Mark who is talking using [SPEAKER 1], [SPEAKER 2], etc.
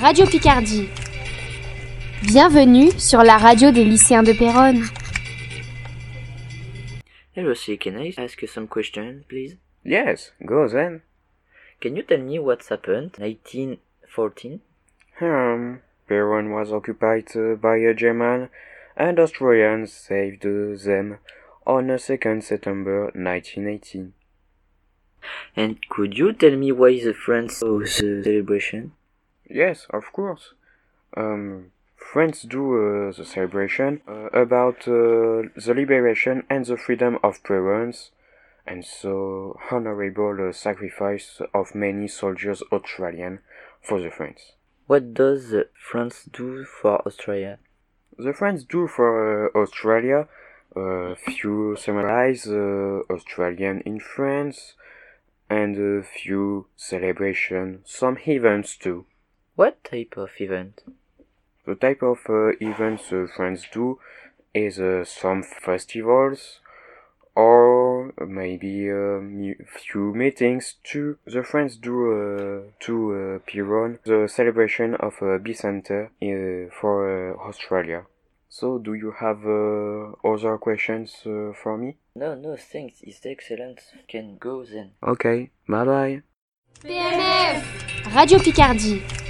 [SPEAKER 1] Radio Picardie. Bienvenue sur la radio des lycéens de Péronne.
[SPEAKER 2] Hello, sir. Can I ask you some question, please?
[SPEAKER 3] Yes, go then.
[SPEAKER 2] Can you tell me what's happened 1914?
[SPEAKER 3] Um, Peron was occupied uh, by a German, and Australians saved uh, them on the 2nd September 1918.
[SPEAKER 2] And could you tell me why the French saw the celebration?
[SPEAKER 3] Yes, of course. Um, France do uh, the celebration uh, about uh, the liberation and the freedom of parents, and so honorable uh, sacrifice of many soldiers Australian for the French.
[SPEAKER 2] What does the France do for Australia?
[SPEAKER 3] The French do for uh, Australia. A few summarize uh, Australian in France, and a few celebration, some events too.
[SPEAKER 2] What type of event?
[SPEAKER 3] The type of uh, events uh, friends do is uh, some festivals or maybe a few meetings too. The friends do uh, to uh, Piron the celebration of a bee center uh, for uh, Australia. So, do you have uh, other questions uh, for me?
[SPEAKER 2] No, no, thanks. It's excellent. Can go then.
[SPEAKER 3] Okay, bye bye.
[SPEAKER 1] Radio Picardie.